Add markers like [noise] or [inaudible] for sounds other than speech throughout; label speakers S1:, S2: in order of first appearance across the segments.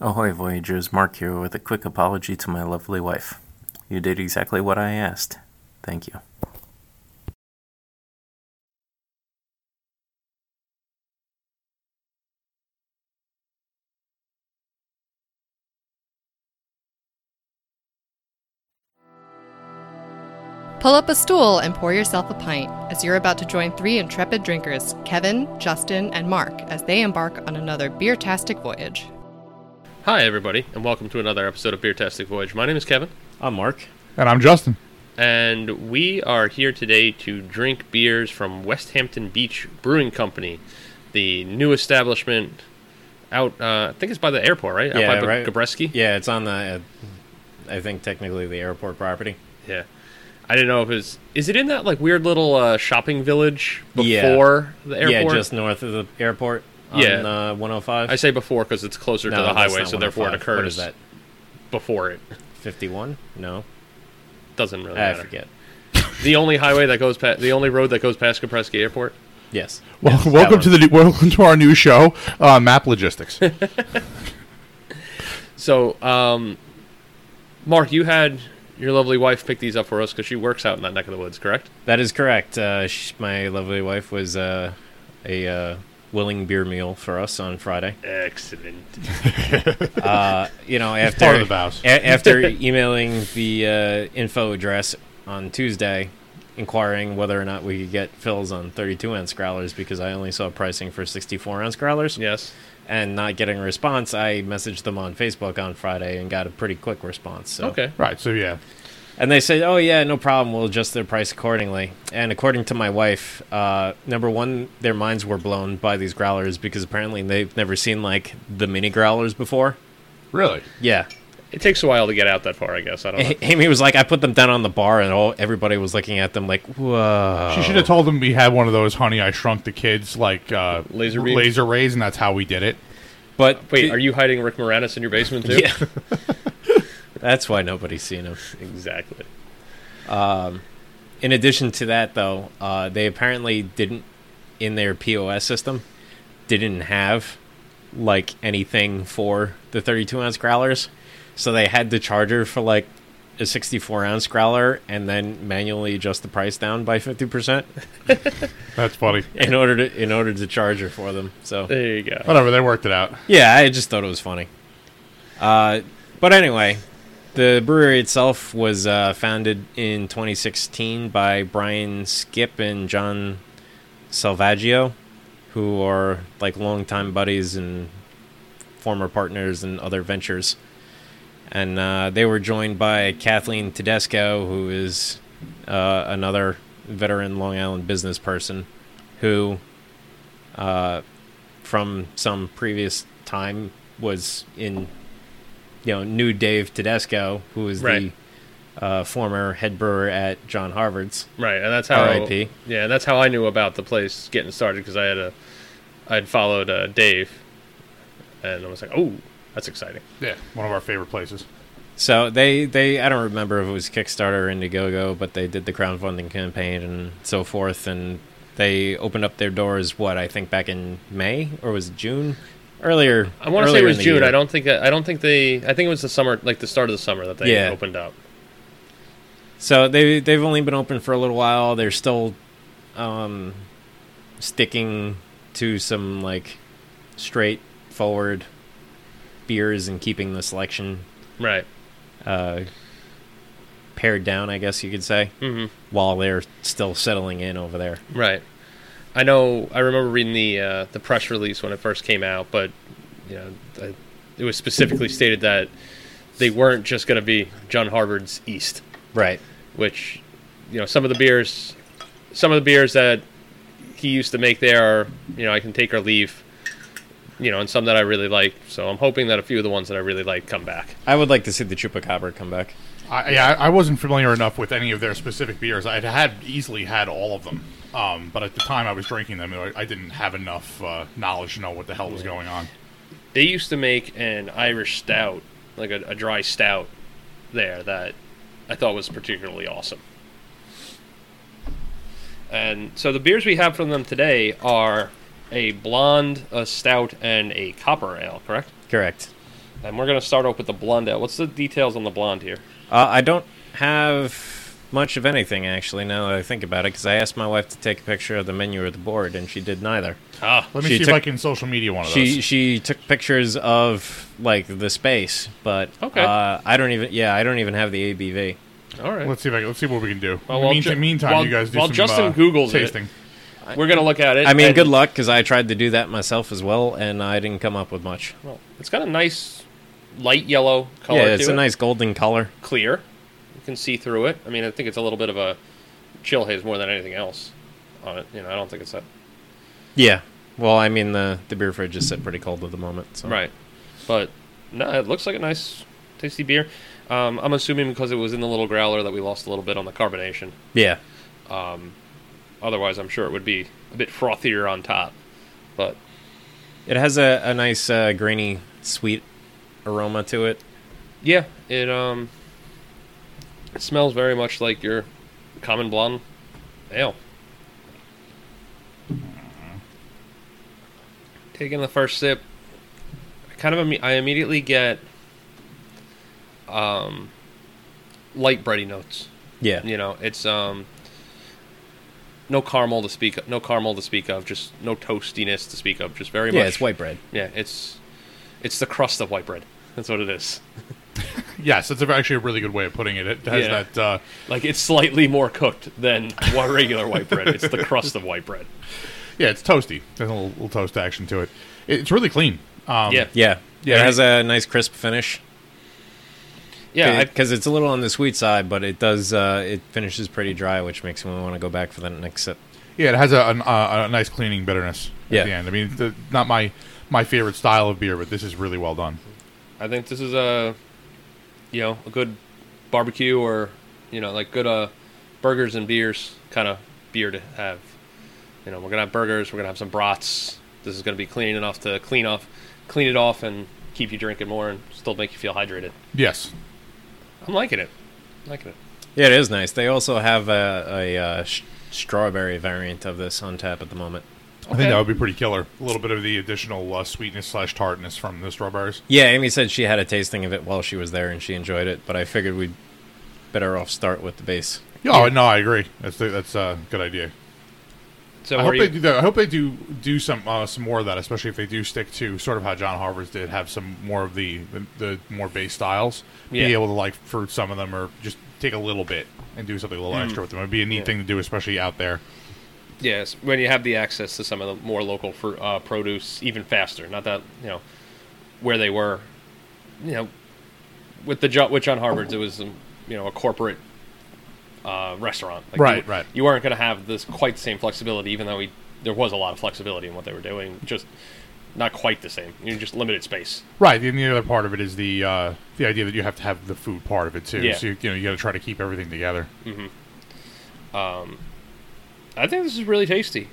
S1: Ahoy, Voyagers. Mark here with a quick apology to my lovely wife. You did exactly what I asked. Thank you.
S2: Pull up a stool and pour yourself a pint as you're about to join three intrepid drinkers, Kevin, Justin, and Mark, as they embark on another beer-tastic voyage.
S3: Hi, everybody, and welcome to another episode of Beer Tastic Voyage. My name is Kevin,
S4: I'm Mark.
S5: And I'm Justin.
S3: and we are here today to drink beers from West Hampton Beach Brewing Company, the new establishment out, uh, I think it's by the airport, right?
S4: Yeah,
S3: out by
S4: right.
S3: Gabreski?
S4: Yeah, it's on the, uh, I think technically the airport property.
S3: Yeah. I didn't know if it's. Is it in that like weird little uh, shopping village
S4: Yeah.
S3: before the airport?
S4: Yeah, just north of the airport on
S3: Yeah.
S4: uh, 105.
S3: I say before because it's closer to the
S4: that's
S3: highway,
S4: not
S3: so therefore it
S4: 105.
S3: occurs
S4: What is that?
S3: before it.
S4: 51? No,
S3: Doesn't really
S4: Ah, I
S3: matter.
S4: forget.
S3: The only highway that goes past, the only road that goes past Gabreski Airport.
S4: Yes.
S5: Well,
S4: Yes, that
S5: welcome
S4: one.
S5: to the new- welcome to our new show, uh, Map [laughs] Logistics.
S3: So, um, Mark, you had your lovely wife pick these up for us because she works out in that neck of the woods, correct?
S4: That is correct. Uh, sh- my lovely wife was uh, a uh, willing beer meal for us on Friday.
S3: Excellent.
S4: Uh, you know, after
S5: part of the vows.
S4: a- after emailing the uh, info address on Tuesday, inquiring whether or not we could get fills on 32 ounce growlers because I only saw pricing for 64 ounce growlers,
S3: Yes.
S4: and not getting a response, I messaged them on Facebook on Friday and got a pretty quick response. So.
S3: Okay.
S5: right. So yeah,
S4: And they said, "Oh yeah, no problem. We'll adjust their price accordingly." And according to my wife, uh, number one, their minds were blown by these growlers because apparently they've never seen like the mini growlers before.
S5: really.
S4: Yeah,
S3: It takes a while to get out that far, I guess. I don't
S4: [laughs]
S3: know.
S4: A- Amy was like, "I put them down on the bar, and all everybody was looking at them like, whoa."
S5: She should have told them we had one of those "Honey, I Shrunk the Kids" like uh,
S3: Laser beams?
S5: laser rays, and that's how we did it.
S4: But
S3: Wait,
S4: [laughs]
S3: are you hiding Rick Moranis in your basement too?
S4: Yeah. [laughs] That's why nobody's seen them.
S3: Exactly.
S4: In addition to that, though, uh, they apparently didn't in their POS system didn't have like anything for the 32 ounce growlers, so they had the charger for like a 64 ounce growler and then manually adjust the price down by 50 percent
S5: That's funny.
S4: in order to in order to charge her for them. So
S3: There you go.
S5: Whatever. They worked it out.
S4: Yeah, I just thought it was funny. Uh, but anyway, the brewery itself was uh, founded in 2016 by Brian Skip and John Salvaggio, who are like longtime buddies and former partners in other ventures. And uh, they were joined by Kathleen Tedesco, who is uh, another veteran Long Island business person who uh, from some previous time was in you know new Dave Tedesco who is
S3: Right.
S4: the uh, former head brewer at John Harvard's
S3: Right, and that's how
S4: R.I.P..
S3: Yeah, that's how I knew about the place getting started because I had a, I'd followed uh, Dave, and I was like, oh, that's exciting.
S5: Yeah, one of our favorite places.
S4: so they they I don't remember if it was Kickstarter or Indiegogo but they did the crowdfunding campaign and so forth and they opened up their doors what I think back in May or was it June earlier
S3: I want to say
S4: earlier
S3: it
S4: in
S3: was
S4: the
S3: June.
S4: year.
S3: I don't think that, I don't think they. I think it was the summer, like the start of the summer that they
S4: Yeah.
S3: opened up.
S4: So they they've only been open for a little while. They're still um, sticking to some like straightforward beers and keeping the selection
S3: Right.
S4: uh, pared down, I guess you could say,
S3: hmm
S4: while they're still settling in over there.
S3: Right. I know. I remember reading the uh, the press release when it first came out, but you know, I, it was specifically stated that they weren't just going to be John Harvard's East,
S4: Right.
S3: which you know, some of the beers, some of the beers that he used to make there are, you know, I can take or leave. You know, and some that I really like. So I'm hoping that a few of the ones that I really like come back.
S4: I would like to see the Chupacabra come back.
S5: I, yeah, I I wasn't familiar enough with any of their specific beers. I had easily had all of them, um, but at the time I was drinking them, I I didn't have enough uh, knowledge to know what the hell was going on.
S3: they used to make an Irish stout, like a, a dry stout, there that I thought was particularly awesome. And so the beers we have from them today are a blonde, a stout, and a copper ale, correct?
S4: Correct.
S3: And we're going to start off with the blonde ale. What's the details on the blonde here?
S4: Uh, I don't have much of anything actually. Now that I think about it, because I asked my wife to take a picture of the menu or the board, and she did neither.
S3: Ah,
S5: Let me
S4: She
S5: see if
S4: took-
S5: I can social media one of
S4: She
S5: those.
S4: she took pictures of like the space, but
S3: Okay.
S4: uh, I don't even yeah I don't even have the ABV.
S3: all right.
S5: Let's see if I can, let's see what we can do.
S3: Well,
S5: in the
S3: while
S5: mean-
S3: Ju-
S5: meantime,
S3: while-
S5: you guys do
S3: while
S5: some
S3: Justin
S5: uh,
S3: Googles it.
S5: tasting.
S3: We're going to look at it.
S4: I mean,
S3: and-
S4: good luck because I tried to do that myself as well, and I didn't come up with much.
S3: Well, it's got a nice light yellow color
S4: yeah, it's
S3: to
S4: a
S3: it.
S4: nice golden color.
S3: clear. You can see through it. I mean, I think it's a little bit of a chill haze more than anything else on it. You know, I don't think it's that
S4: Yeah. Well, I mean the the beer fridge is set pretty cold at the moment. So.
S3: right, but no, it looks like a nice, tasty beer. Um, I'm assuming because it was in the little growler that we lost a little bit on the carbonation.
S4: Yeah.
S3: Otherwise, I'm sure it would be a bit frothier on top. But
S4: It has a, a nice uh, grainy sweet aroma to it.
S3: yeah, it um, it smells very much like your common blonde ale. Taking the first sip, I kind of imme- I immediately get um, light bready notes.
S4: Yeah.
S3: You know, it's um, no caramel to speak no caramel to speak of, just no toastiness to speak of, just very
S4: Yeah,
S3: much
S4: it's white bread.
S3: Yeah, it's it's the crust of white bread. That's what it is.
S5: Yes, that's a- actually a really good way of putting it. It has
S3: Yeah.
S5: that. Uh,
S3: Like it's slightly more cooked than [laughs] wa- regular white bread. It's the crust of white bread.
S5: yeah, it's toasty. There's a little, little toast action to it. It- It's really clean. Um,
S3: yeah,
S4: Yeah.
S5: Yeah,
S4: It
S5: I-
S4: has a nice crisp finish.
S3: yeah. I,
S4: Because it's a little on the sweet side, but it does, uh, it finishes pretty dry, which makes me want to go back for the next sip.
S5: Yeah, it has a, an, uh, a nice cleaning bitterness at
S4: Yeah.
S5: the end. I mean, the, not my my favorite style of beer, but this is really well done.
S3: I think this is a, you know, a good barbecue or, you know, like good uh, burgers and beers kind of beer to have. You know, we're gonna have burgers. We're gonna have some brats. This is gonna be clean enough to clean off, clean it off, and keep you drinking more and still make you feel hydrated.
S5: Yes.
S3: I'm liking it. liking it.
S4: Yeah, it is nice. They also have a, a, uh sh- strawberry variant of this on tap at the moment.
S5: I think
S3: Okay.
S5: that would be pretty killer. A little bit of the additional uh, sweetness slash tartness from the strawberries.
S4: Yeah, Amy said she had a tasting of it while she was there and she enjoyed it, but I figured we'd better off start with the base.
S5: Oh no, I agree. That's the, that's a good idea.
S3: So
S5: I
S3: how
S5: hope
S3: are
S5: they
S3: you-
S5: do that. I hope they do do some uh, some more of that, especially if they do stick to sort of how John Harvard's did, have some more of the the, the more base styles.
S3: Yeah.
S5: Be able to like for some of them, or just take a little bit and do something a little
S3: Mm.
S5: extra with them. It'd be a neat thing to do, especially out there.
S3: Yes, when you have the access to some of the more local fr- uh, produce, even faster. Not that you know where they were, you know, with the jo- with John Harvard's, it was um, you know a corporate uh, restaurant. Like
S5: Right,
S3: you,
S5: right.
S3: You weren't going to have this quite the same flexibility, even though we there was a lot of flexibility in what they were doing. Just not quite the same. You just limited space.
S5: Right, and the other part of it is the uh, the idea that you have to have the food part of it too.
S3: Yeah.
S5: So you, you know you got to try to keep everything together.
S3: I think this is really tasty.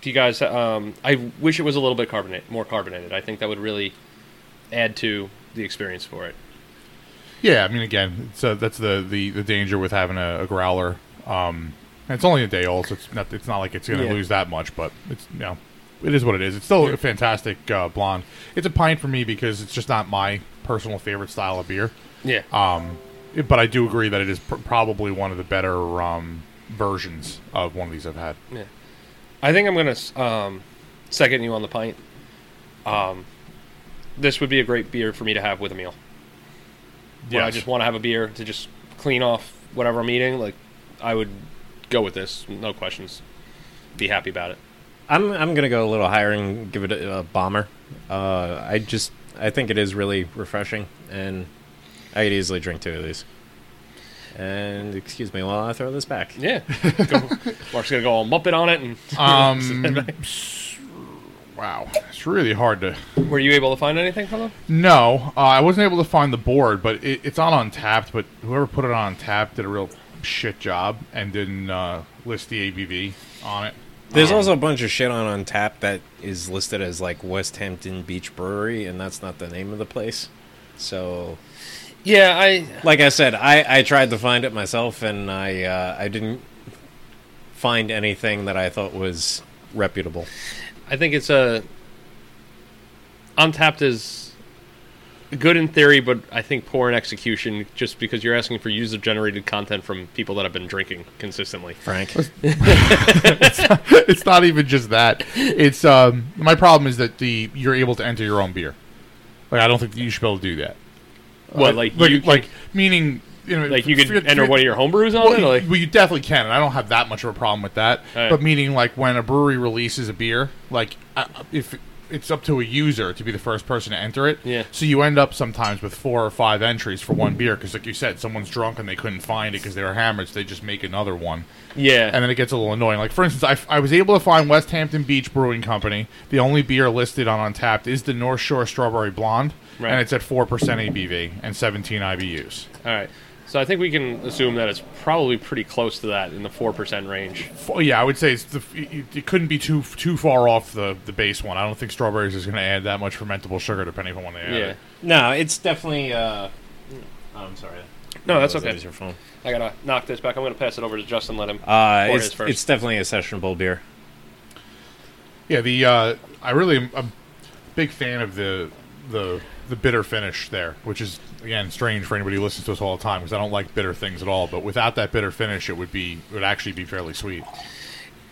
S3: Do you guys? Um, I wish it was a little bit carbonate, more carbonated. I think that would really add to the experience for it.
S5: Yeah, I mean again, so that's the, the, the danger with having a, a growler. Um, and it's only a day old, so it's not it's not like it's going to
S3: Yeah.
S5: lose that much, but it's you know, it is what it is. It's still a fantastic uh, blonde. It's a pint for me because it's just not my personal favorite style of beer.
S3: Yeah.
S5: Um, it- but I do agree that it is pr- probably one of the better um, versions of one of these I've had.
S3: Yeah, I think I'm gonna s- um, second you on the pint. Um, this would be a great beer for me to have with a meal. When I
S5: Yes.
S3: just want to have a beer to just clean off whatever I'm eating. Like, I would go with this, no questions. Be happy about it.
S4: I'm I'm gonna go a little higher and give it a, a bomber. Uh, I just I think it is really refreshing, and I could easily drink two of these. And excuse me while I throw this back.
S3: Yeah, [laughs] go, Mark's gonna go all muppet on it. And
S5: Um, s- wow, it's really hard to
S3: were you able to find anything from them?
S5: No, uh, I wasn't able to find the board, but it, it's on Untapped. But whoever put it on Untapped did a real shit job and didn't uh, list the ABV on it. [laughs]
S4: There's
S5: Um,
S4: also a bunch of shit on on tap that is listed as like West Hampton Beach Brewery, and that's not the name of the place. So,
S3: Yeah, I
S4: like I said, I, I tried to find it myself, and I uh, I didn't find anything that I thought was reputable.
S3: I think it's a uh, Untapped is good in theory, but I think poor in execution, just because you're asking for user generated content from people that have been drinking consistently.
S4: Frank.
S5: it's not even just that. It's um, my problem is that the you're able to enter your own beer. Like I don't think you should be able to do that.
S3: What, like,
S5: like,
S3: you can,
S5: like, meaning you know
S3: like you could
S5: forget-
S3: enter one of your homebrews on
S5: Well,
S3: it?
S5: you-
S3: Like,
S5: well, you definitely can, and I don't have that much of a problem with that.
S3: All right.
S5: But meaning, like when a brewery releases a beer, like I- if it's up to a user to be the first person to enter it,
S3: Yeah.
S5: So you end up sometimes with four or five entries for one beer because, like you said, someone's drunk and they couldn't find it because they were hammered, so they just make another one,
S3: yeah.
S5: and then it gets a little annoying. Like for instance, I, I was able to find West Hampton Beach Brewing Company. The only beer listed on Untapped is the North Shore Strawberry Blonde,
S3: Right.
S5: and it's at four percent ABV and seventeen IBUs.
S3: All right. So I think we can assume that it's probably pretty close to that in the 4% range.
S5: F- Yeah, I would say it's the, it, it couldn't be too too far off the, the base one. I don't think strawberries is going to add that much fermentable sugar, depending on when they add
S3: Yeah.
S5: it.
S4: no, it's definitely. Uh, oh, I'm sorry.
S3: No, that's
S4: That was- that
S3: okay.
S4: was your phone.
S3: I got to knock this back. I'm going to pass it over to Justin. Let him.
S4: Uh,
S3: pour
S4: it's,
S3: his first.
S4: it's definitely a sessionable beer.
S5: Yeah, the uh, I really am a big fan of the the the bitter finish there, which is again strange for anybody who listens to us all the time because I don't like bitter things at all. But without that bitter finish, it would be it would actually be fairly sweet.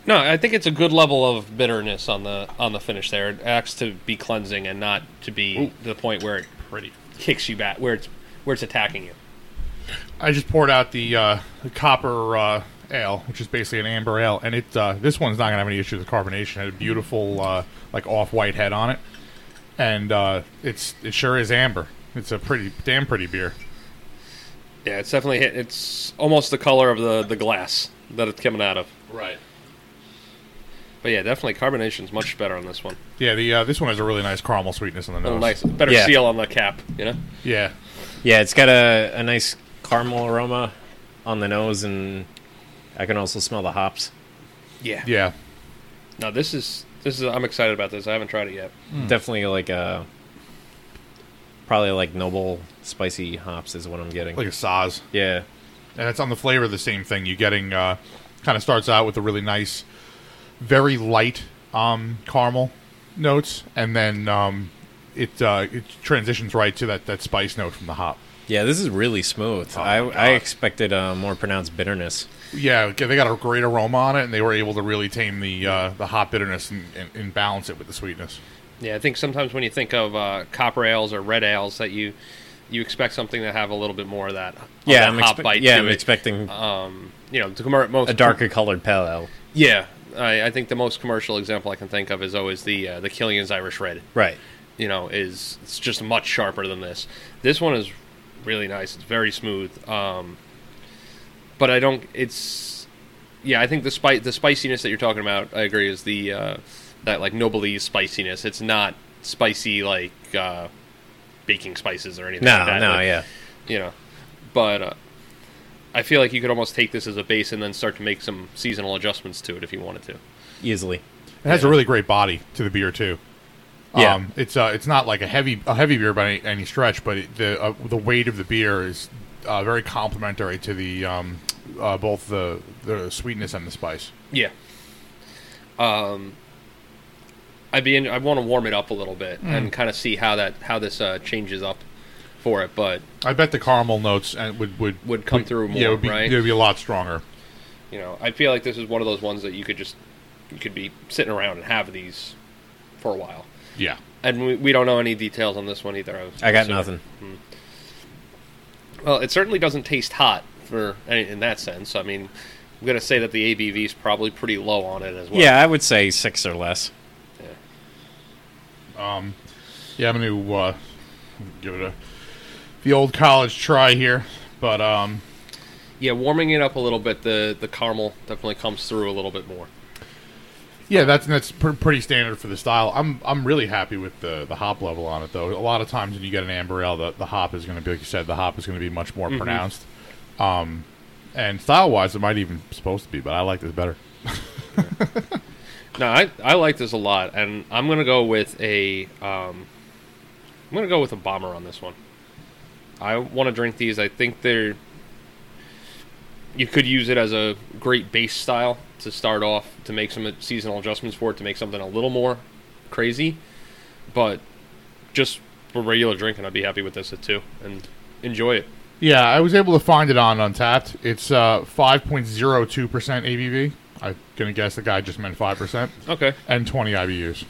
S3: no, I think it's a good level of bitterness on the on the finish there. It acts to be cleansing and not to be to the point where it
S5: Pretty.
S3: kicks you back, where it's where it's attacking you.
S5: I just poured out the, uh, the copper uh, ale, which is basically an amber ale, and it uh, this one's not gonna have any issue with carbonation. It had a beautiful uh, like off white head on it, and uh, it's it sure is amber. It's a pretty damn pretty beer.
S3: Yeah, it's definitely hit. It's almost the color of the the glass that it's coming out of.
S5: Right.
S3: But yeah, definitely carbonation's much better on this one.
S5: Yeah. The uh, this one has a really nice caramel sweetness in the
S3: A little
S5: nose.
S3: Oh, nice, better
S4: Yeah.
S3: seal on the cap. You know.
S5: Yeah.
S4: Yeah, it's got a, a nice caramel aroma on the nose, and I can also smell the hops.
S3: Yeah.
S5: Yeah.
S3: No, this is this is. I'm excited about this. I haven't tried it yet.
S4: Definitely like a. Probably like noble spicy hops is what I'm getting.
S5: Like a Saz.
S4: yeah.
S5: and it's on the flavor of the same thing. You're getting uh, kind of starts out with a really nice, very light um, caramel notes, and then um, it uh, it transitions right to that, that spice note from the hop.
S4: Yeah, this is really
S3: Oh
S4: smooth. I, I expected a more pronounced bitterness.
S5: Yeah, okay, they got a great aroma on it, and they were able to really tame the uh, the hop bitterness and, and, and balance it with the sweetness.
S3: Yeah, I think sometimes when you think of uh, copper ales or red ales, that you you expect something to have a little bit more of that. of
S4: Yeah,
S3: that
S4: I'm,
S3: hop
S4: expect-
S3: bite.
S4: yeah,
S3: to
S4: I'm
S3: it.
S4: expecting
S3: um, you know, the commer- most
S4: a darker colored pale ale.
S3: Yeah, I, I think the most commercial example I can think of is always the uh, the Killian's Irish Red.
S4: Right.
S3: You know, is it's just much sharper than this. This one is really nice. It's very smooth. Um, but I don't. It's yeah. I think the spi- the spiciness that you're talking about, I agree, is the uh, that like Nobleese spiciness. It's not spicy like uh, baking spices or anything.
S4: No,
S3: like that.
S4: no,
S3: Like,
S4: yeah.
S3: You know, but uh, I feel like you could almost take this as a base and then start to make some seasonal adjustments to it if you wanted to.
S4: Easily.
S5: It has a really great body to the beer too.
S4: Yeah.
S5: Um, it's uh, it's not like a heavy a heavy beer by any, any stretch, but it, the uh, the weight of the beer is uh, very complementary to the um, uh, both the the sweetness and the spice.
S3: Yeah. Um, I'd be in, I want to warm it up a little bit
S5: Mm.
S3: and kind of see how that how this uh, changes up for it, but
S5: I bet the caramel notes and would would
S3: Would come through
S5: yeah,
S3: more,
S5: it would be,
S3: right?
S5: It would be a lot stronger.
S3: you know, I feel like this is one of those ones that you could just you could be sitting around and have these for a while.
S5: Yeah.
S3: And we, we don't know any details on this one either. I, was-
S4: I got
S3: so-
S4: nothing.
S3: Well, it certainly doesn't taste hot for any, in that sense. I mean, I'm gonna say that the ABV is probably pretty low on it as well.
S4: Yeah, I would say six or less.
S5: Yeah, I'm going to uh, give it a the old college try here, but um,
S3: yeah. Warming it up a little bit, the the caramel definitely comes through a little bit more.
S5: Yeah, that's that's pr- pretty standard for the style. I'm I'm really happy with the the hop level on it though. A lot of times when you get an amber ale, the, the hop is going to be like you said, the hop is going to be much more pronounced. Um, and style wise, it might even supposed to be, but I like this better.
S3: No, I, I like this a lot, and I'm gonna go with a um, I'm gonna go with a bomber on this one. I want to drink these. I think they're you could use it as a great base style to start off to make some seasonal adjustments for it to make something a little more crazy, but just a regular drink, and I'd be happy with this at two and enjoy it.
S5: Yeah, I was able to find it on Untapped. It's uh, 5.02% ABV. I'm going to guess the guy just meant 5%.
S3: Okay.
S5: And 20 IBUs.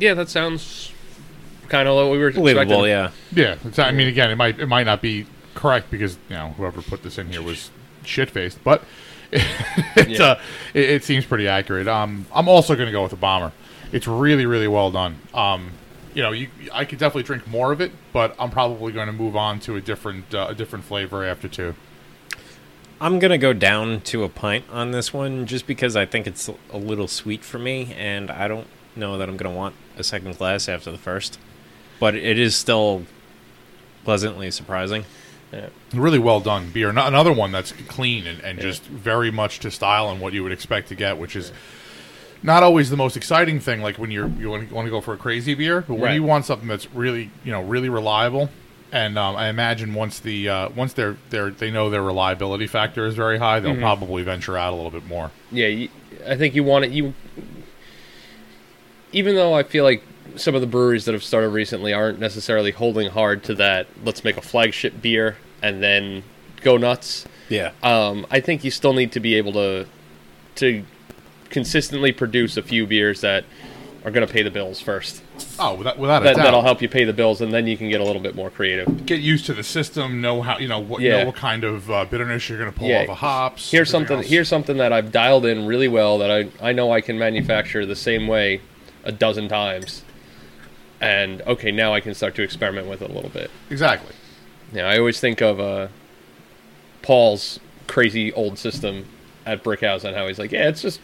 S3: Yeah, that sounds kind of what we were
S4: Believable,
S3: expecting.
S4: yeah.
S5: Yeah, it's, I mean, again, it might it might not be correct because you know whoever put this in here was shit faced, but [laughs] it's,
S3: Yeah.
S5: uh, it, it seems pretty accurate. Um, I'm also going to go with the bomber. It's really really well done. Um, you know, you I could definitely drink more of it, but I'm probably going to move on to a different uh, a different flavor after two.
S4: I'm gonna go down to a pint on this one just because I think it's a little sweet for me, and I don't know that I'm gonna want a second glass after the first. But it is still pleasantly surprising.
S5: Really well done beer. Not another one that's clean and, and just very much to style and what you would expect to get, which is not always the most exciting thing. Like when you're you want to, want to go for a crazy beer, but when
S3: Right.
S5: you want something that's really you know really reliable, and um, I imagine once the uh, once they're they're they know their reliability factor is very high, they'll
S3: Mm-hmm.
S5: probably venture out a little bit more.
S3: yeah you, i think you want it you even though i feel like some of the breweries that have started recently aren't necessarily holding hard to that let's make a flagship beer and then go nuts
S4: Yeah.
S3: um, i think you still need to be able to to consistently produce a few beers that are going to pay the bills first
S5: Oh, without, without a
S3: that,
S5: doubt,
S3: that'll help you pay the bills and then you can get a little bit more creative
S5: get used to the system, know how you know what
S3: Yeah.
S5: know what kind of uh, bitterness you're going to pull
S3: Yeah.
S5: off of hops.
S3: here's
S5: everything
S3: something
S5: else.
S3: here's something that I've dialed in really well that I I know I can manufacture the same way a dozen times. And okay, now I can start to experiment with it a little bit.
S5: exactly.
S3: Now I always think of uh, Paul's crazy old system at Brickhouse and how he's like, yeah, it's just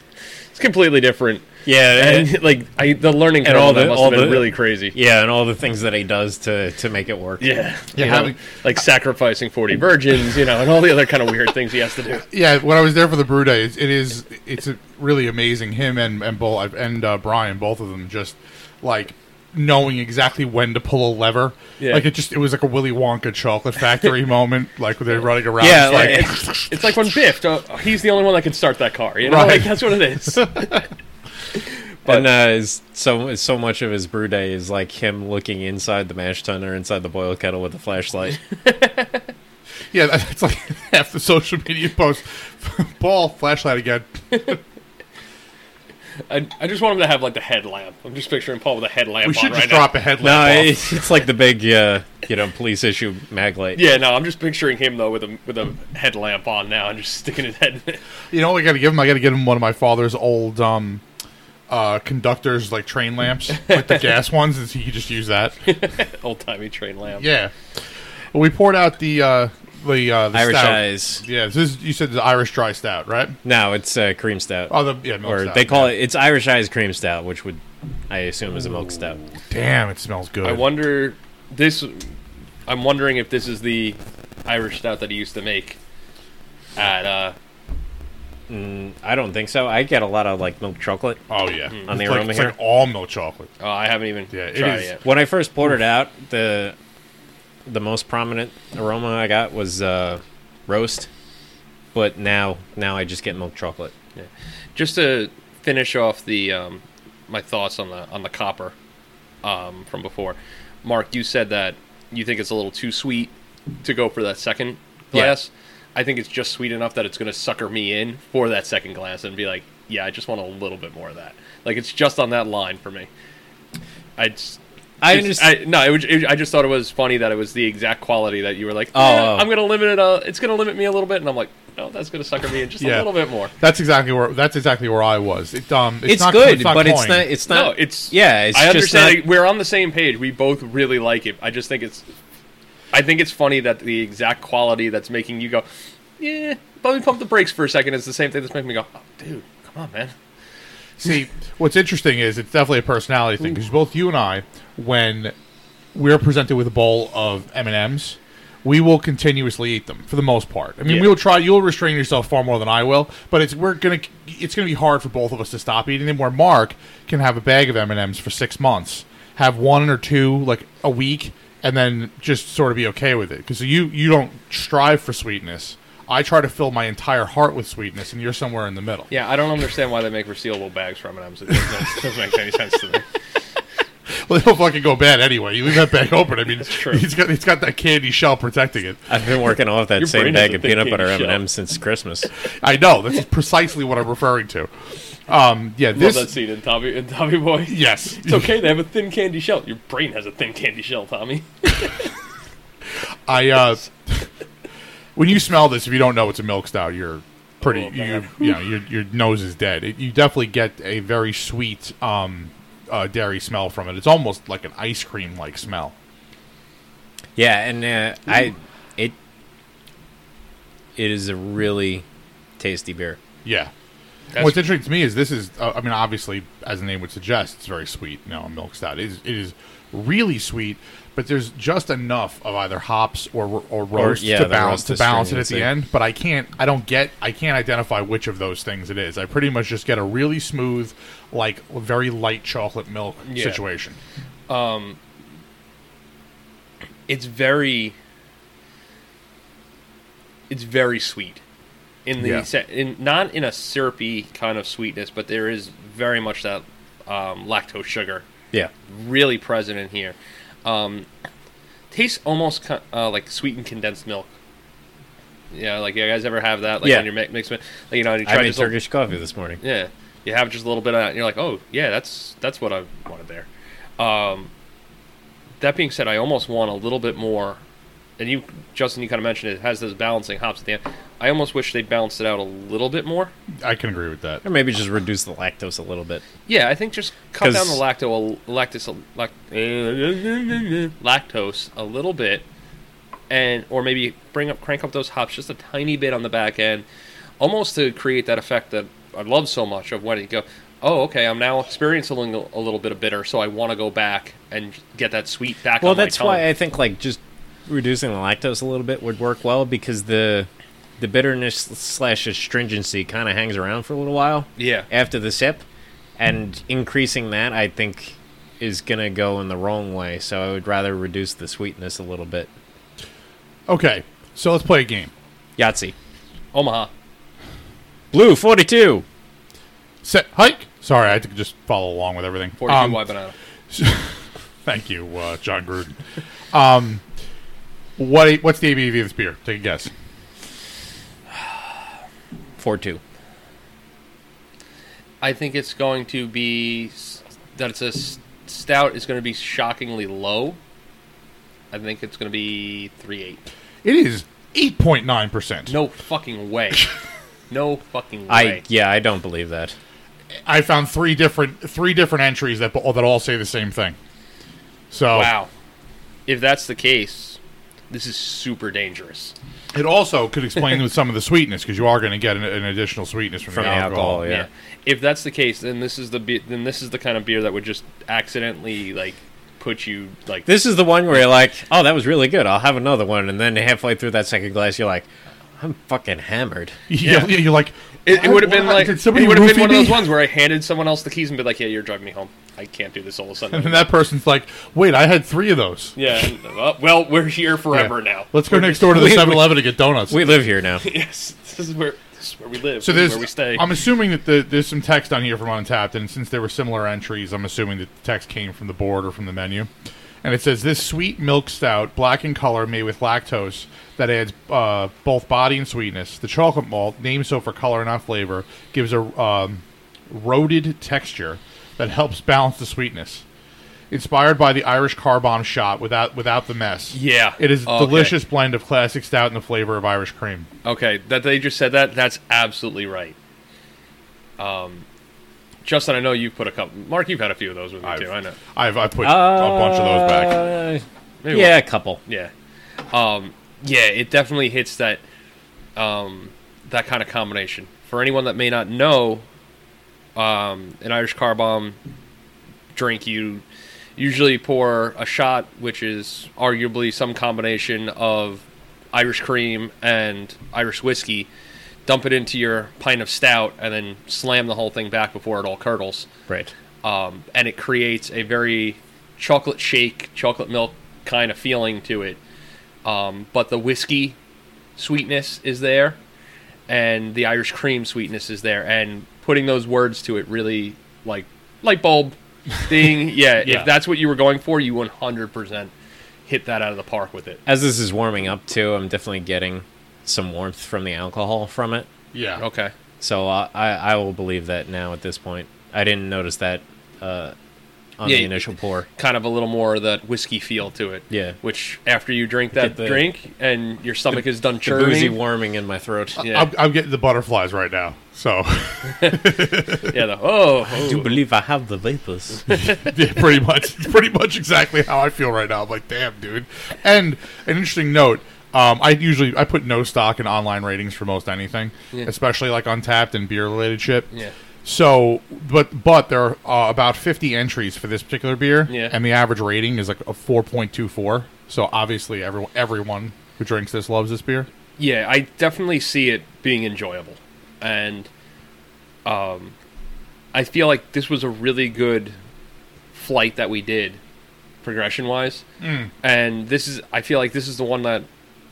S3: it's completely different.
S4: Yeah, and,
S3: And [laughs] like I, the learning curve
S4: And all
S3: on that
S4: the-
S3: must
S4: all
S3: have been
S4: the-
S3: really crazy.
S4: yeah, and all the things that he does to to make it work.
S3: Yeah,
S5: Yeah,
S3: You know,
S5: having-
S3: like sacrificing forty virgins, you know, and all the other kind of weird things he has to do.
S5: yeah, when I was there for the brew day, it, it is it's a really amazing. Him and and Bull and uh, Brian, both of them, just like knowing exactly when to pull a lever.
S3: Yeah.
S5: Like it just it was like a Willy Wonka chocolate factory moment. Like they're running around.
S4: Yeah,
S5: it's
S4: like-
S3: it's, it's like when Biff, uh, he's the only one that can start that car. You know,
S5: Right.
S3: like that's what it
S5: [laughs]
S3: is.
S4: and uh, is so so much of his brew day is like him looking inside the mash tun or inside the boil kettle [laughs] with a flashlight.
S5: yeah, that's like [laughs] half the social media posts. [laughs] Ball flashlight again.
S3: I, I just want him to have like the headlamp. I'm just picturing Paul with a headlamp
S5: We
S3: on
S5: should
S3: right
S5: just
S3: now.
S5: drop a
S4: no,
S5: headlamp. off.
S4: it's, it's like the big uh, you know police issue mag light.
S3: Yeah, no, I'm just picturing him though with a with a headlamp on now and just sticking his head. in it. [laughs]
S5: You know, what I got to give him. I got to give him one of my father's old um, uh, conductors, like train lamps, like the gas ones. And he could just use that.
S3: Old timey train lamp.
S5: Yeah. Well, we poured out the uh, the, uh, the
S4: Irish
S5: stout.
S4: eyes.
S5: Yeah, this is, you said the Irish dry stout, right?
S4: No, it's uh, cream stout.
S5: Oh, the yeah, milk
S4: or
S5: stout,
S4: they call
S5: yeah.
S4: it it's Irish Eyes cream stout, which would I assume is a milk stout.
S5: Damn, it smells good.
S3: I wonder this. I'm wondering if this is the Irish stout that he used to make at uh,
S4: I don't think so. I get a lot of like milk chocolate.
S5: oh yeah,
S4: Hmm. On the
S5: it's, like,
S4: aroma
S5: it's
S4: here?
S5: like all milk chocolate.
S3: Oh, I haven't even
S5: Yeah, it
S3: tried
S5: is.
S3: it
S4: When I first poured it out, the the most prominent aroma I got was uh, roast, but now now I just get milk chocolate.
S3: yet. Yeah. Just to finish off the um, my thoughts on the on the copper um, from before, Mark, you said that you think it's a little too sweet to go for that second
S4: Yeah.
S3: glass. I think it's just sweet enough that it's going to sucker me in for that second glass and be like, yeah, I just want a little bit more of that. Like it's just on that line for me. I just.
S4: I
S3: it's-
S4: understand.
S3: I, no, it, was- it, I just thought it was funny that it was the exact quality that you were like.
S4: Oh,
S3: "Yeah,
S4: oh.
S3: I'm gonna limit it. Uh, it's gonna limit me a little bit, and I'm like, no, that's gonna sucker me in just a
S5: Yeah.
S3: little bit more.
S5: That's exactly where that's exactly where I was. It um, it's,
S4: It's,
S5: not,
S4: good,
S5: it's not
S4: but it's
S5: cloying.
S4: not. It's not.
S3: no, it's
S4: yeah. It's
S3: I
S4: just
S3: understand.
S4: not-
S3: that We're on the same page. We both really like it. I just think it's, I think it's funny that the exact quality that's making you go, yeah, let me pump the brakes for a second is the same thing that's making me go, oh, dude, come on, man.
S5: See, what's interesting is it's definitely a personality thing because both you and I, when we're presented with a bowl of M and M's, we will continuously eat them for the most part. I mean,
S3: Yeah.
S5: we'll try. You'll restrain yourself far more than I will, but it's we're gonna. It's gonna be hard for both of us to stop eating them. Where Mark can have a bag of M and M's for six months, have one or two like a week, and then just sort of be okay with it because you you don't strive for sweetness. I try to fill my entire heart with sweetness, and you're somewhere in the middle.
S3: [laughs] Yeah, I don't understand why they make resealable bags for M&Ms. It doesn't, doesn't make any sense to me.
S5: Well, they don't fucking go bad anyway. You leave that bag open. I mean, it's
S3: true.
S5: He's got he's got that candy shell protecting it.
S4: I've been
S3: [laughs]
S4: working off that
S3: Your
S4: same
S3: brain
S4: bag
S3: is a
S4: of peanut
S3: big
S4: butter M
S3: candy
S4: and
S3: shell.
S4: M's since Christmas.
S5: I know. This is precisely what I'm referring to. Um, yeah,
S3: Love
S5: this.
S3: that scene in Tommy in Tommy Boy.
S5: yes,
S3: It's okay. They have a thin candy shell. Your brain has a thin candy shell, Tommy.
S5: I uh, [laughs] when you smell this, if you don't know it's a milk stout, you're pretty.
S3: Oh,
S5: you
S3: man.
S5: you know your your nose is dead. It, you definitely get a very sweet um, uh, dairy smell from it. It's almost like an ice cream like smell.
S4: Yeah, and uh, I it it is a really tasty beer.
S5: Yeah.
S3: That's-
S5: What's interesting to me is this is. Uh, I mean, obviously, as the name would suggest, it's very sweet. You know, a milk stout it is it is really sweet, but there's just enough of either hops or or roast
S4: yeah,
S5: to
S4: the
S5: balance
S4: roast
S5: to
S4: is
S5: balance it
S4: strong,
S5: at the
S4: I'd say.
S5: end. But I can't. I don't get. I can't identify which of those things it is. I pretty much just get a really smooth, like very light chocolate milk
S3: Yeah.
S5: situation.
S3: It's very, it's very sweet. In the
S5: Yeah.
S3: se- in not in a syrupy kind of sweetness, but there is very much that um, lactose sugar
S4: Yeah.
S3: really present in here. Um, tastes almost ki- uh, like sweetened condensed milk. Yeah, like you guys ever have that? Like
S4: Yeah.
S3: when you're mi- mixing, it- like you know, and you
S4: I
S3: try
S4: made
S3: just a-
S4: Turkish coffee this morning.
S3: yeah, you have just a little bit of that, and you're like, oh yeah, that's that's what I wanted there. Um, that being said, I almost want a little bit more. And you, Justin, you kind of mentioned it has those balancing hops at the end. I almost wish they balanced it out a little bit more.
S5: I can agree with that.
S4: Or maybe just reduce the lactose a little bit.
S3: Yeah, I think just cut down the
S4: 'Cause-
S3: lacto, lactose, a- lact- lactose a little bit, and or maybe bring up crank up those hops just a tiny bit on the back end, almost to create that effect that I love so much of when you go, oh okay, I'm now experiencing a little, a little bit of bitter, so I want to go back and get that sweet back.
S4: Well,
S3: on my
S4: that's why
S3: tongue.
S4: I think like just reducing the lactose a little bit would work well because the the bitterness slash astringency kind of hangs around for a little while
S3: yeah,
S4: after the sip, and increasing that I think is gonna go in the wrong way. So I would rather reduce the sweetness a little bit.
S5: Okay, so let's play a game.
S4: Yahtzee,
S3: Omaha.
S4: blue forty two.
S5: Set hike. Sorry, I had to just follow along with everything.
S3: 42
S5: Um,
S3: Y banana.
S5: Thank you, uh, John Gruden. Um, what what's the ABV of this beer? Take a guess.
S4: Four two.
S3: I think it's going to be s- that it's a s- stout is going to be shockingly low. I think it's going to be three eight.
S5: It is eight point nine percent.
S3: No fucking
S5: [laughs]
S3: way. No fucking way.
S4: I yeah, I don't believe that.
S5: I found three different three different entries that all- that all say the same thing. So
S3: Wow. If that's the case, this is super dangerous.
S5: it also could explain some of the sweetness because you are going to get an, an additional sweetness from,
S4: From
S5: the
S4: the
S5: alcohol.
S4: alcohol, yeah.
S3: If that's the case, then this is the be- then this is the kind of beer that would just accidentally like put you like
S4: This is the one where you're like, oh, that was really good. I'll have another one, and then halfway through that second glass, you're like, I'm fucking hammered.
S5: [laughs] Yeah.
S3: Yeah.
S5: you're like
S3: It, it
S5: "Why-
S3: would have been
S5: why-
S3: like
S5: did
S3: it
S5: somebody
S3: would have been
S5: roofie
S3: one of those
S5: me?"
S3: ones where I handed someone else the keys and be like, "Yeah, you're driving me home. I can't do this all of a sudden."
S5: [laughs] And that person's like, wait, I had three of those.
S3: Yeah. and, uh, Well, we're here
S5: Yeah.
S3: forever now.
S5: Let's go
S3: We're
S5: next door to the
S4: we- we-
S5: 7-Eleven to get donuts.
S4: We live
S3: [laughs]
S4: here now.
S3: just- [laughs] yes. This is where this is where we live.
S5: So
S3: this
S5: there's,
S3: is where we stay.
S5: I'm assuming that the, there's some text on here from Untapped, and since there were similar entries, I'm assuming that the text came from the board or from the menu. And it says this sweet milk stout, black in color, made with lactose that adds uh, both body and sweetness. The chocolate malt, named so for color, not flavor, gives a um, roaded texture that helps balance the sweetness. Inspired by the Irish car bomb shot without without the mess.
S3: Yeah.
S5: It is a
S3: Okay.
S5: delicious blend of classic stout and the flavor of Irish cream.
S3: okay, that they just said that. That's absolutely right. Um, Justin, I know you've put a couple. Mark, you've had a few of those with me
S5: I've-
S3: too. I know.
S5: I've, I've put a bunch of those back.
S4: Uh,
S3: Maybe
S4: yeah, a couple.
S3: Yeah. Um, yeah, it definitely hits that um, that kind of combination. For anyone that may not know, um, an Irish car bomb drink you usually pour a shot, which is arguably some combination of Irish cream and Irish whiskey. Dump it into your pint of stout and then slam the whole thing back before it all curdles
S4: Right.
S3: um, and it creates a very chocolate shake, chocolate milk kind of feeling to it. Um, but the whiskey sweetness is there, and
S4: [laughs]
S3: the Irish cream sweetness is there, and putting those words to it really like light bulb thing. Yeah,
S5: Yeah.
S3: if that's what you were going for, you 100% hit that out of the park with it.
S4: As this is warming up too, I'm definitely getting some warmth from the alcohol from it.
S5: Yeah.
S3: Okay.
S4: So uh, I I will believe that now at this point. I didn't notice that uh, on
S3: Yeah,
S4: the
S3: you-
S4: initial pour.
S3: Kind of a little more of that whiskey feel to it.
S4: Yeah.
S3: Which after you drink that
S4: Get the-
S3: drink and your stomach is done
S4: The boozy
S3: churning.
S4: warming in my throat.
S3: Yeah.
S5: I'm, I'm getting the butterflies right now. So, [laughs]
S3: yeah. The, oh, oh.
S4: [laughs] I do believe I have
S3: [laughs]
S4: the vapors.
S5: yeah, pretty much, [laughs] it's pretty much exactly how I feel right now. I'm like, damn, dude. And an interesting note. Um, I usually I put no stock in online ratings for most anything,
S3: Yeah.
S5: especially like Untapped and beer related shit.
S3: Yeah.
S5: So, but but there are uh, about 50 entries for this particular beer,
S3: Yeah.
S5: and the average rating is like a 4.24. So obviously, every, everyone who drinks this loves this beer.
S3: yeah, I definitely see it being enjoyable, and um, I feel like this was a really good flight that we did, progression wise. Mm. And this is, I feel like this is the one that,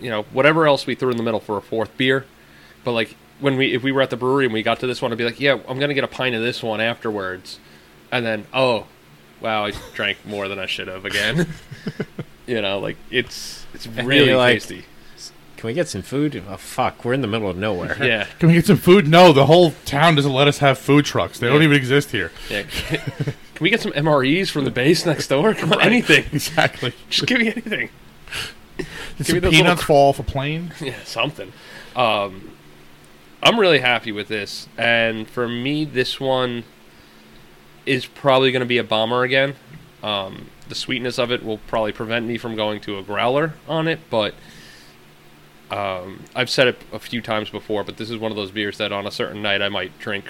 S3: you know, whatever else we threw in the middle for a fourth beer, but like when we, if we were at the brewery and we got to this one, I'd be like, yeah, I'm gonna get a pint of this one afterwards, and then oh, wow, I [laughs] drank more than I should have
S4: [laughs]
S3: again. you know, like it's it's
S4: then
S3: really
S4: you're like-
S3: tasty.
S4: Can we get some food? Oh, fuck, we're in the middle of nowhere.
S3: [laughs] Yeah.
S5: Can we get some food? No, the whole town doesn't let us have food trucks. They don't
S3: Yeah.
S5: even exist here.
S3: Yeah. Can can we get some MREs from the base next door? Come on, anything.
S5: [laughs] Exactly.
S3: [laughs] Just give me anything.
S5: Did
S3: me
S5: some
S3: those
S5: peanuts
S3: little
S5: fall off
S3: [laughs]
S5: a plane?
S3: Yeah, something. Um, I'm really happy with this, and for me, this one is probably going to be a bomber again. Um, the sweetness of it will probably prevent me from going to a growler on it, but um, I've said it a few times before. But this is one of those beers that on a certain night I might drink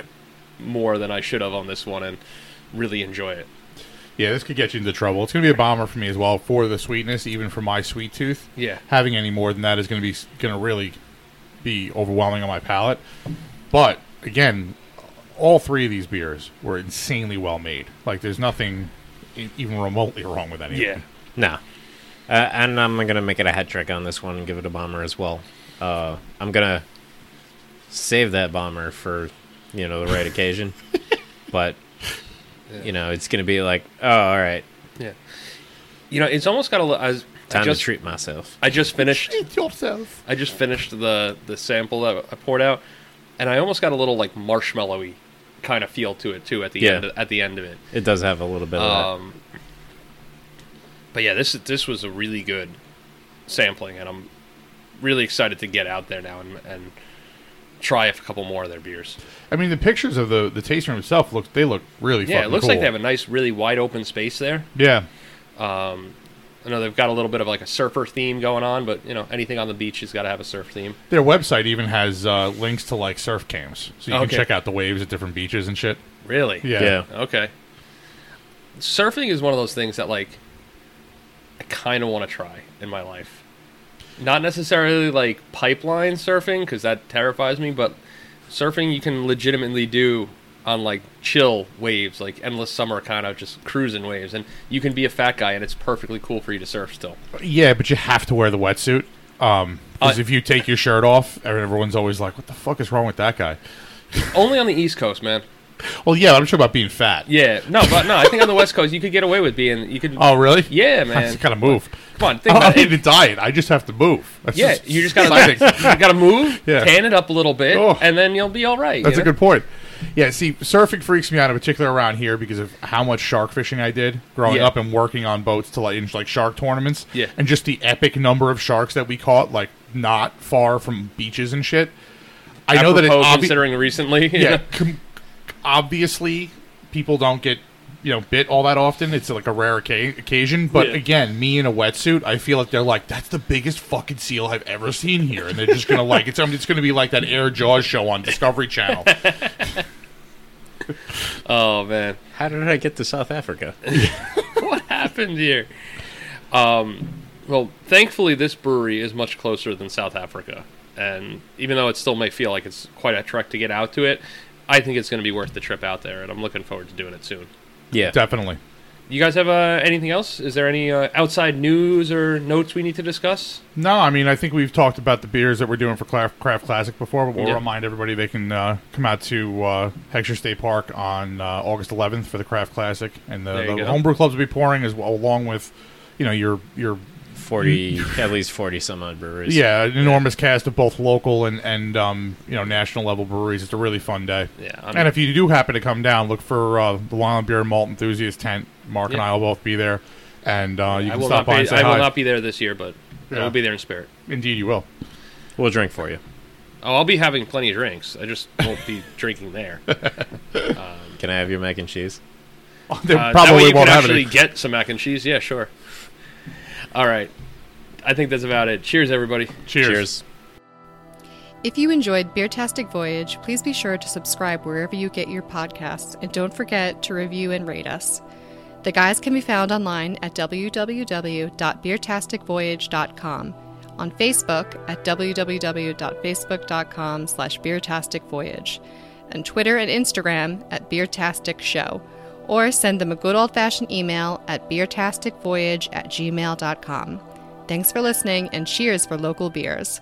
S3: more than I should have on this one and really enjoy it.
S5: Yeah, this could get you into trouble. It's going to be a bomber for me as well for the sweetness, even for my sweet tooth.
S3: Yeah.
S5: Having any more than that is going to be going to really be overwhelming on my palate. But again, all three of these beers were insanely well made. Like there's nothing e- even remotely wrong with any. of
S3: Yeah.
S5: them.
S4: No. Uh, and I'm going to make it a hat trick on this one and give it a bomber as well. Uh, I'm going to save that bomber for, you know, the right occasion. But, you know, it's going to be like, oh, all right,
S3: Yeah. You know, it's almost got a little. I, was- I
S4: time
S3: just,
S4: to treat myself.
S3: I just finished.
S5: Eat [laughs] yourself.
S3: I just finished the the sample that I poured out, and I almost got a little like marshmallowy kind of feel to it too at the
S4: Yeah.
S3: end of, at the end of it.
S4: It does have a little bit of that.
S3: Um, but yeah, this this was a really good sampling, and I'm really excited to get out there now and and try a couple more of their beers.
S5: I mean, the pictures of the the tasting room itself look they look really
S3: Yeah, it
S5: fucking
S3: looks like
S5: cool.
S3: they have a nice, really wide open space there.
S5: yeah.
S3: I know they've got a little bit of like a surfer theme going on, but you know anything on the beach has got to have a surf theme.
S5: Their website even has uh, links to like surf camps, so you
S3: Okay.
S5: can check out the waves at different beaches and shit.
S3: Really?
S5: Yeah.
S4: yeah.
S3: Okay. Surfing is one of those things that like I kind of want to try in my life. Not necessarily like pipeline surfing cuz that terrifies me, but surfing you can legitimately do on like chill waves, like endless summer kind of just cruising waves and you can be a fat guy and it's perfectly cool for you to surf still.
S5: Yeah, but you have to wear the wetsuit. Um, because
S3: Uh,
S5: if you take your shirt off, everyone's always like, "What the fuck is wrong with that guy?"
S3: Only on the East Coast, man.
S5: Well, yeah, I'm sure about being fat.
S3: Yeah. No, but no, I think on the West Coast you could get away with being you could
S5: Oh, really?
S3: Yeah,
S5: [laughs] That's
S3: man.
S5: the kind of move.
S3: Come on, think
S5: [laughs] I
S3: about
S5: don't
S3: it.
S5: need to diet. I just have to move. That's
S3: Yeah,
S5: just-
S3: you just gotta like, [laughs] you gotta move,
S5: [laughs] Yeah.
S3: tan it up a little bit,
S5: Oh.
S3: and then you'll be all right.
S5: That's
S3: you
S5: a
S3: know?
S5: good point. Yeah, see, surfing freaks me out in particular around here because of how much shark fishing I did growing
S3: Yeah.
S5: up and working on boats to like in like shark tournaments.
S3: Yeah.
S5: and just the epic number of sharks that we caught, like not far from beaches and shit. I know that it
S3: Apropos
S5: obvi-
S3: considering [laughs] recently. you
S5: yeah,
S3: know?
S5: com- obviously people don't get you know bit all that often. It's like a rare occa- occasion. But
S3: Yeah.
S5: again, me in a wetsuit, I feel like they're like that's the biggest fucking seal I've ever seen here, and they're just gonna like it's. It's gonna be like that Air Jaws show on Discovery Channel.
S3: Oh man,
S4: How did I get to South Africa?
S3: what happened here? Um, well, thankfully this brewery is much closer than South Africa, and even though it still may feel like it's quite a trek to get out to it, I think it's going to be worth the trip out there, and I'm looking forward to doing it soon.
S4: Yeah.
S5: Definitely.
S3: you guys have uh, anything else? Is there any uh, outside news or notes we need to discuss?
S5: No, I mean, I think we've talked about the beers that we're doing for Cla- Craft Classic before, but we'll
S3: Yeah.
S5: remind everybody they can uh, come out to uh, Hexer State Park on uh, August 11th for the Craft Classic, and the,
S3: There you
S5: the
S3: go.
S5: homebrew clubs will be pouring as well, along with, you know, your your
S4: Forty, at least forty some odd breweries.
S5: yeah an enormous cast of both local and and um, you know national level breweries. It's a really fun day.
S3: Yeah, I'm-
S5: and if you do happen to come down, look for uh, the Long Island Beer and Malt Enthusiast tent. Mark and
S3: Yeah.
S5: I will both be there, and uh, you
S3: I
S5: can
S3: will
S5: stop
S3: not
S5: by
S3: be.
S5: and say
S3: I will
S5: hi.
S3: not be there this year, but I
S5: Yeah.
S3: will be there in spirit.
S5: Indeed, you will. [laughs]
S4: we'll drink for you.
S3: Oh, I'll be having plenty of drinks. I just won't
S5: [laughs]
S3: be drinking there. Uh,
S4: Can I have your mac and cheese?
S5: they
S3: Uh, that way
S5: probably
S3: you
S5: won't
S3: can
S5: have
S3: actually
S5: any.
S3: get some mac and cheese. Yeah, sure. All right, I think that's about it. Cheers, everybody.
S4: Cheers.
S2: If you enjoyed Beertastic Voyage, please be sure to subscribe wherever you get your podcasts, and don't forget to review and rate us. The guys can be found online at www.beertasticvoyage.com, on Facebook at www.facebook.com slash beertasticvoyage, and Twitter and Instagram at Beertastic Show, or send them a good old-fashioned email at beertasticvoyage at gmail.com. Thanks for listening, and cheers for local beers.